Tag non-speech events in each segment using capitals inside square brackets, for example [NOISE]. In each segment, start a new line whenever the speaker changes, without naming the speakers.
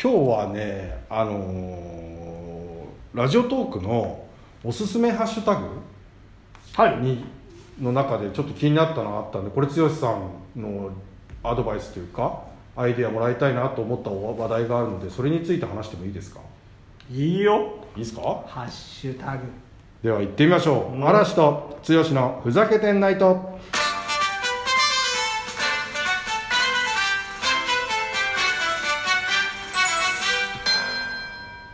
今日はねあのーラジオトークのおすすめハッシュタグ
はい
にの中でちょっと気になったのがあったんでこれ剛さんのアドバイスというかアイデアもらいたいなと思った話題があるのでそれについて話してもいいですか
いいよ
いいですか
ハッシュタグ
では行ってみましょう、
うん
嵐と剛のふざけてんないと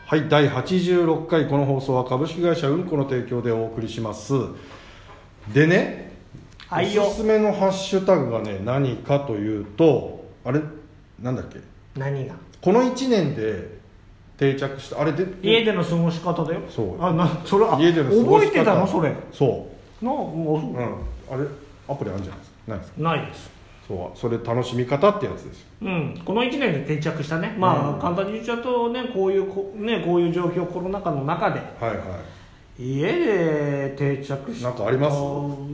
はい第86回この放送は株式会社うんこの提供でお送りしますでね
はいよ
おすすめのハッシュタグがね何かというとあれなんだっけ
何が
この1年で定着したあれで
家での過ごし方だよ
そう
あなそれあ
家での過ご
覚
し
え
方
てたのそれな
そう
もうそう
うん、あれアプリあるんじゃないですかないですか
ないです
そうそれ楽しみ方ってやつですよ
うん、この1年で定着したね、まあ
うん
簡単に言っちゃうとねこういうこ、ね、こういう状況、コロナ禍の中で、
はいはい
家で定着した
なんかあります
う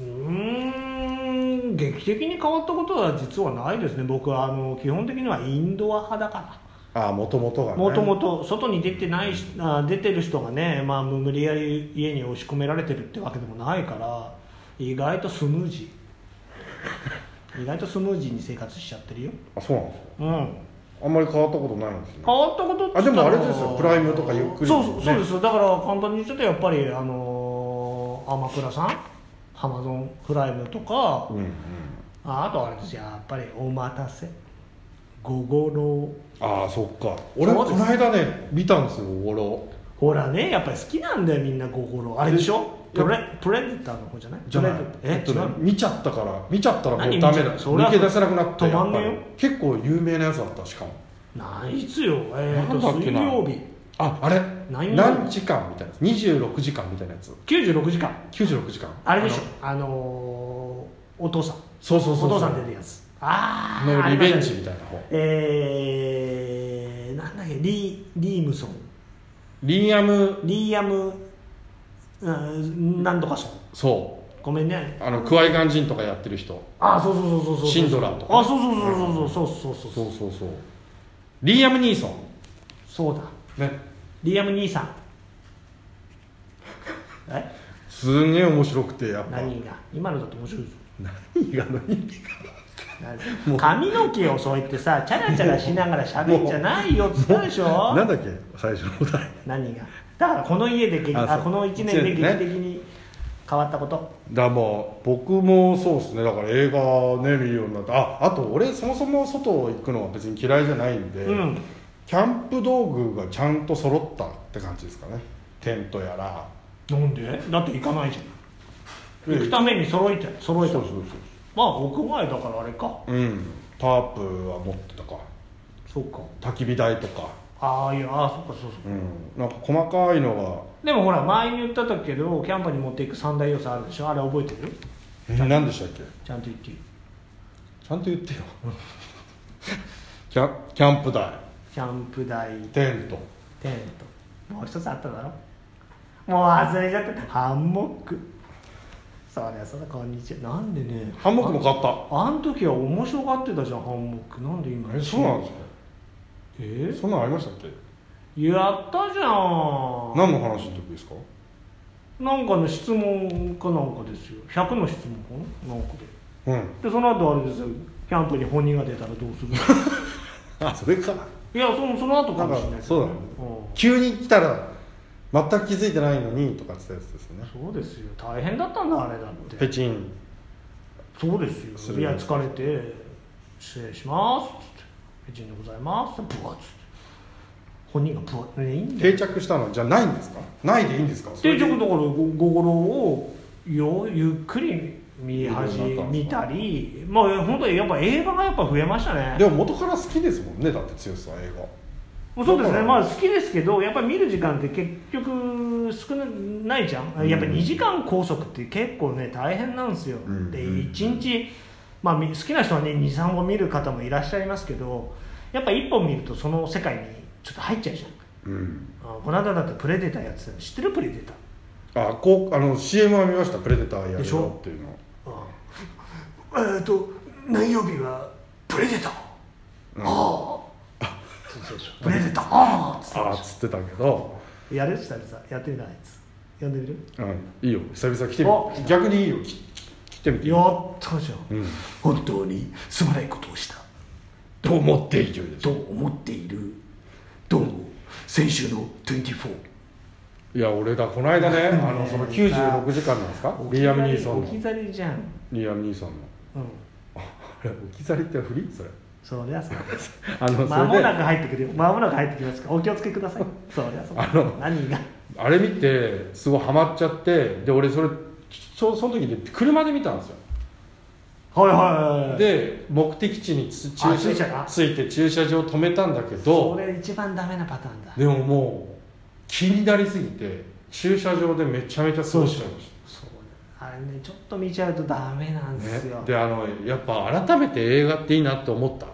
ーん劇的に変わったことは実はないですね僕はあの基本的にはインドア派だか
ああもともとが
ら
ね
もともと外に出てないしあ出てる人がね、まあ、無理やり家に押し込められてるってわけでもないから意外とスムージ
[LAUGHS]
ー意外とスムージーに生活しちゃってるよ
あそうなんですよ
うん
あんまり変わったことないんですね
変わったことっつったら
あでもあれですよプライムとかゆっくり
そう
ね
そうそうですよだから簡単に言っちゃうとやっぱりあのーアマプラさんアマゾンプライムとか
うんうん
ああとあれですよやっぱりお待たせ午後の
ああそっか俺
そ
こ
うです
の間ね見たんですよおごろ
ほらねやっぱり好きなんだよみんな午後のあれでしょ
で
プレプレデターの方じゃない
じゃない
プレデ
えっと
タ
ね
ーえ違うの
見ちゃったから見ちゃったらも
何
うダメ
見ちゃ
だ
ったそれは
抜け出せなくなって
止まんねえよ
やっぱり結構有名なやつだったしかも
ないっすよえっ、
なんだっ
と
け
水
な
曜日
ああれ
何
何時間みたいな26時間みたいなやつ
96時間
96時間
あれでしょあのーお父さん
そうそうそうそう
お父さん出るやつああ
のリベンジみたいな方
えー、なんだっけリーリームソン
リーアム
リーアム、うん、なんとかソン
そう
ごめんね
あのクワイガン人とかやってる人
あそうそうそうそうそう
シンドラーとか
あそうそうそうそうそうそうそうそう
そうそうリーアム・ニーソン
そうだ
ね
リーアム兄さんえ
すんげえ面白くてやっぱ
何が今のだと面白いぞ
何が何
何髪の毛をそうやってさチャラチャラしながら喋んじゃないよっつったでしょ
なんだっけ最初のお題
何がだからこの家で劇
あ
あ
そう
この1
一
年で
年
劇
ね
的に変わったこと
だまあ僕もそうですねだから映画ね見るようになってああと俺そもそも外行くのは別に嫌いじゃないんで、
うん
キャンプ道具がちゃんと揃ったって感じですかねテントやら
なんでだって行かないじゃん行くために揃えて揃えた
そう
の
そう
まあ屋外だからあれか
そううんタープは持ってたか
そうか
焚き火台とか
ああいやああそうかそうそう
うんなんか細かいの
でもほら前に言った時けどキャンパに持っていく三大要素あるでしょあれ覚えてる
がえ何でしたっけ
ちゃんと言っていい
ちゃんと言ってよ [LAUGHS] キャキャンプ台
キャンプ台
テント
テントもう一つあっただろもう忘れちゃったハンモックそりゃそうだこんにちはなんでね
ハンモックも買った
あん時は面白がってたじゃんハンモックなんで今
えそうなんですかえ
え
そんなのありましたっけ
やったじゃん
何の話の時ですか
なんかの質問かなんかですよ100の質問かななんかで
うん
でその後あれですよキャンプに本人が出たらどうする
[LAUGHS] あそれか
いやそのその後かもしれないけど
なんか
うん
急に来たら全く気づいてないのにとかって言ったやつですね
そうですよ大変だったんだあれだっ
ペ
て
チン
そうですよ
する
いや疲れて「失礼します」っつって「ペチンでございます」ってブワッつって本人がブワッねいいんだよ
定着したのじゃないんですかないでいいんですかそれ
定
で
着だからごごごろをよゆっくり見始
見るようになったんですか
見たりまあ本当にやっぱ映画がやっぱ増えましたね
でも元から好きですもんねだって剛さん映画
もうそうです
だ
ね、
から
まあ、好きですけど、やっぱり見る時間って結局少なないじゃ、
うんん
やっぱり2時間拘束って結構ね、大変なんですよ、
うん
で
うん
1日、まあ、み好きな人はね、2、3本見る方もいらっしゃいますけど、やっぱ1本見ると、その世界にちょっと入っちゃうじゃん、
うん
あこの間だってプレデターやってたの知ってるプレデター、
あこうあの CM は見ました「プレデターや
で
る
し
よ
ょ」
っていうの
えっと、何曜日はプレデター、
うん
ああ、そうそうおめでとうっつっ
あーっつってたけど、
てやる久々やってみたいつやんでみる
うん、いいよ久々来て
お
み逆にいいよき来てみて
やったじゃん、
うん
本当にすまないことをした
と思っているでし
と
ょ
思っているどうも先週の24
いや俺だこの間
[LAUGHS]
ねあのその96時間なんですかリアム・ニーソン
置き
の
去りじゃん
リアム・ニーソンの
うん
あれ置き去りってフリ [LAUGHS] それ
そりゃそう
あの
まも
それ
な
で
く入ってくるよまもなく入ってきますからお気をつけく
[LAUGHS]
ださいそりゃそう
あの
何が
あれ見てすごいハマっちゃってで俺それちょその時で車で見たんですよ
はいはいはい
で目的地につ駐
あ駐車
車
が
ついて駐車場止めたんだけど
それ一番ダメなパターンだ
でももう気になりすぎて駐車場でめちゃめちゃ過ごしちゃいました
そうあれねちょっと見ちゃうとダメなんです
ね
よ、、
であのやっぱ改めて映画っていいなって思った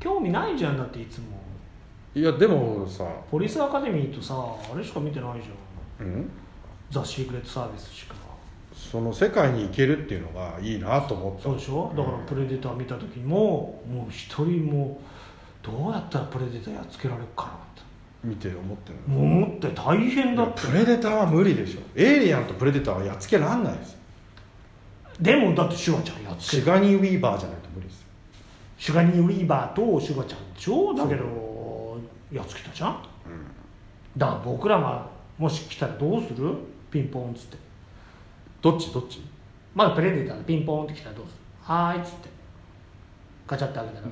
興味ないじゃんだっていつも
いやでもさ、
ポリスアカデミーとさあれしか見てないじゃん
うん、
ザ・シークレット・サービスしか
その世界に行けるっていうのがいいなと思った
そうでしょだからプレデター見た時ももう一人もどうやったらプレデターやっつけられるかなっ
見て思ってる
てもう思って大変だって
プレデターは無理でしょエイリアンとプレデターはやっつけらんないですよ
でもだってシュワちゃんやっつけ
シガニー・ウィーバーじゃないと無理ですよ
シュガニー・ウィーバーとシュガちゃんでしょだけどやっつけたじゃんだから僕らがもし来たらどうするピンポンっつって
どっちどっち
まだプレデターでピンポンって来たらどうするはーいっつってガチャって開けたら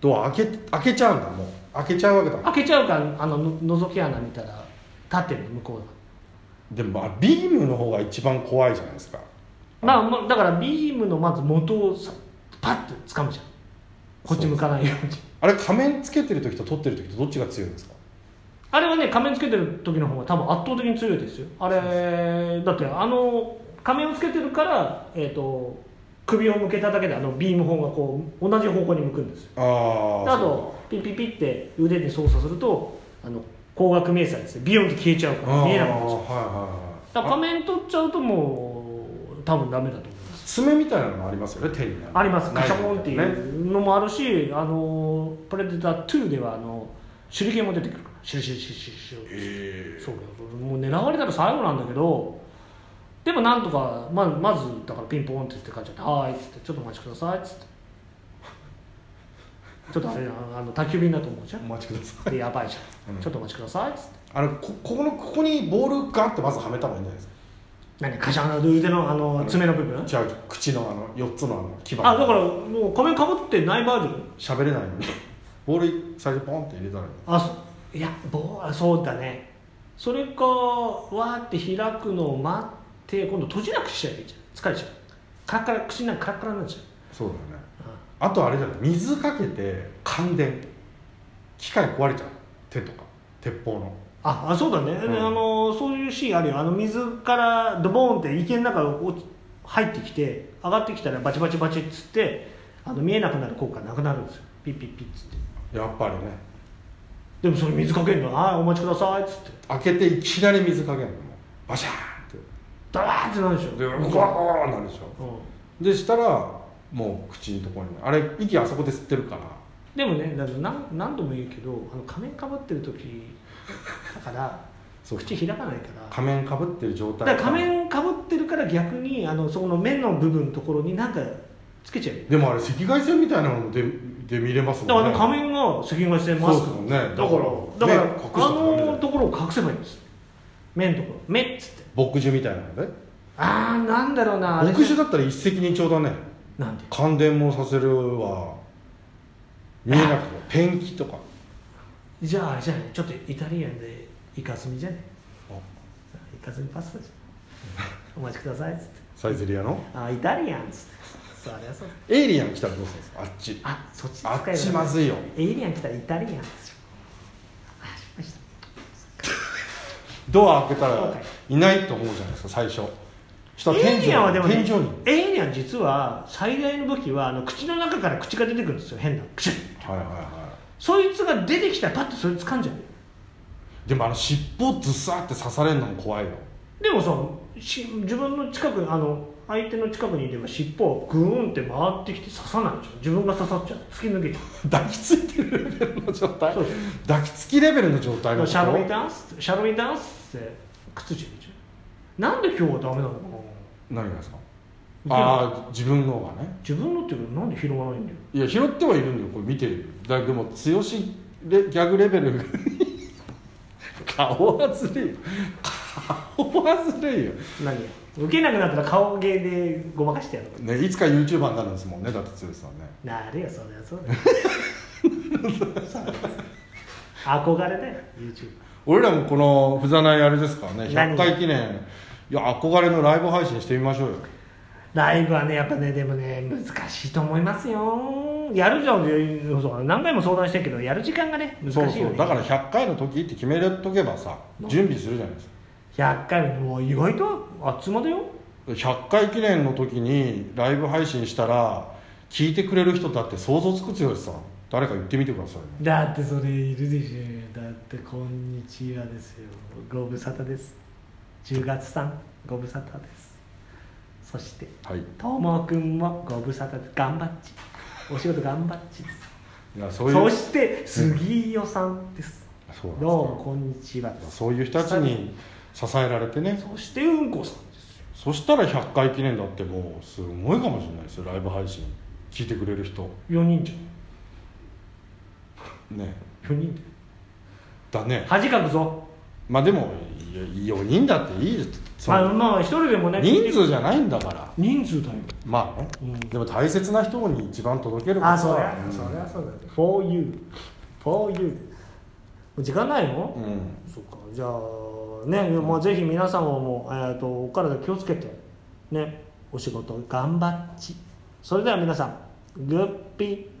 ドア開け開けちゃうんだもう開けちゃうわけだ
開けちゃうからあのの覗き穴見たら立ってる向こうが
でもまあビームの方が一番怖いじゃないですか
まあまあだからビームのまず元をさパッと掴むじゃんこっち向かないように
あれ仮面つけてる時と取ってる時とどっちが強いんですか
あれはね仮面つけてる時の方が多分圧倒的に強いですよあれだってあの仮面をつけてるから、えー、と首を向けただけであのビーム砲がこう同じ方向に向くんですよ
あ
で
あ
あとピッピッピッって腕で操作するとあの光学迷彩ですねビヨンって消えちゃうから見えなくなっちゃう
あーはい
だ
はい
から
はいあ
仮面取っちゃうともう多分ダメだと思います
爪みたいなのもありますよね手にね
ありますカシャポンってい
ナイフみ
うのもあるしあのプレデター2ではあの手裏剣も出てくるからシュルシュルシュルシュルシュ
たいなね
ル
へ
そうだよもう狙われたら最後なんだけどでもなんとかままずだからピンポンって言って帰っちゃって「はーい」っつって「ちょっとお待ちください」っつって [LAUGHS] ちょっとあれなあの宅急便だと思うじゃ
えお待ちください
んでやばいじゃん、
うん
ちょっとお待ちくださいっつって
あのこここのここにボールガンってまずはめた方がいいんじゃないですか
何カシャンの腕のあの爪の部分
じゃあ口のあの4つのあの牙
あだからもう仮面かぶってないバージョン
喋れないのにボール最初ポンって入れたらいい
あそいやぼうあそうだねそれかわーって開くのを待って今度閉じなくしちゃえばいいじゃん疲れちゃうカラッカラ口なんかカラッカラになっちゃう
そうだよね
うん
あとあれじゃない水かけて感電機械壊れちゃう手とか鉄砲の
ああそうだね、で
うん
あのそういうシーンあるよあの水からドボーンって池の中を落ち入ってきて上がってきたらバチバチバチっつってあの見えなくなる効果なくなるんですよピッピッピッつって
やっぱりね
でもそれ水かけるのはいお待ちくださいっつって
開けていきなり水かけるのもうバシャーンって
ダラーってなるでしょ
で
うん
ゴワーなるでしょ
うん
でしたらもう口のところにあれ息あそこで吸ってるから
でもねだから何何度も言うけどあの仮面かぶってる時だから
そう
口開かないから
仮面かぶってる状
だ
態
から仮面かぶってるから逆にあのそこの目の部分のところになんかつけちゃうよ
でもあれ赤外線みたいなのでで見れます
だ
も
から
ん
あ
ね
の仮面が赤外線マ
そうで
ス
す
ク
もんねだ
だからだから、
目隠すと
あ
ダメだ
の
よ
ところを隠せばいいんです目のところ目っつって
墨汁みたいなのね
ああなんだろうなあれ
墨汁だったら一石二鳥だね
なんで
感電もさせるわ見えなくてもペンキとか
じゃああれじゃないちょっとイタリアンでイカスミじゃない
あ
イカスミパスタじゃんお待ちくださいっつって
サイゼリアの
あイタリアンっつってそうあれはそう
エイリアン来たらどうするんですかあっち
あそっち
あっ
使
ち
えば
まずいよ
エイリアン来たらイタリアンですよあ失敗した
ドア開けた
そう
ら
かい
いないと思うじゃないですか最初したら天
エイ
井
リアンはでも、ね、
天井に
エイリアン実は最大の武器はあの口の中から口が出てくるんですよ変な口
はいはいは
そいつが出てきたらパッとそれ掴んじゃう
いでもあの尻尾ズサって刺されるのも怖いよ [LAUGHS]
でもさし自分の近くあの相手の近くにいれば尻尾をグーンって回ってきて刺さないでしょ自分が刺さっちゃう突き抜けちゃう
抱きついてるレベルの状態
そうです
抱きつきレベルの状態のこと
シャロイダンスシャロイダンスって靴下でしょなんで今日はダメなのかな
何がですかああ自分のがね
自分のっていうけどなんで拾わないんだよ
いや拾ってはいるんだよこれ見てるよだでも剛レギャグレベルが [LAUGHS] 顔はずるいよ顔はずるいよ、
何や受けなくなったら顔芸でごまかしてやる
ね、いつか YouTuber になるんですもんねだって剛さんね
なるよそれはそうだ
[LAUGHS]
よそうだよ憧れだよ YouTube
俺らもこの「ふざない」あれですからね100
何
回記念いや憧れのライブ配信してみましょうよ
ライブはねやっぱねでもね難しいと思いますよやるじゃんそう何回も相談してるけどやる時間がね難しい
そ
よ
う
ね
そうだから100回の時って決めとけばさ準備するじゃないですか
100回もう意外とあっつまだよ
100回記念の時にライブ配信したら聞いてくれる人だって想像つく剛さん誰か言ってみてくださいよ
だってそれいるでしょだってこんにちはですよご無沙汰です10月さんご無沙汰ですそして
はい
ともくんもご無沙汰です頑張っちお仕事頑張っちです
いやそういう
そして杉尾さんです、
そうなんです
どうもこんにちは
よそういう人たちに支えられてね
そしてうんこさんですよ
そしたら100回記念だってもうすごいかもしれないですよライブ配信聞いてくれる人
4人じ
ね
ゃん4人
だね
恥かくぞ
まあでも4人だっていいですそ
まあ
の
まあ一人でもね
人数じゃないんだから
人数だよ
まあね、
うん
でも大切な人に一番届けること
あそりゃ
はうん
そりゃそうだよ for you for you 時間ないの、
うん
そっかじゃあね、まあ、ぜひ皆さんももう、えー、とお体気をつけてねお仕事頑張っちそれでは皆さんグッピー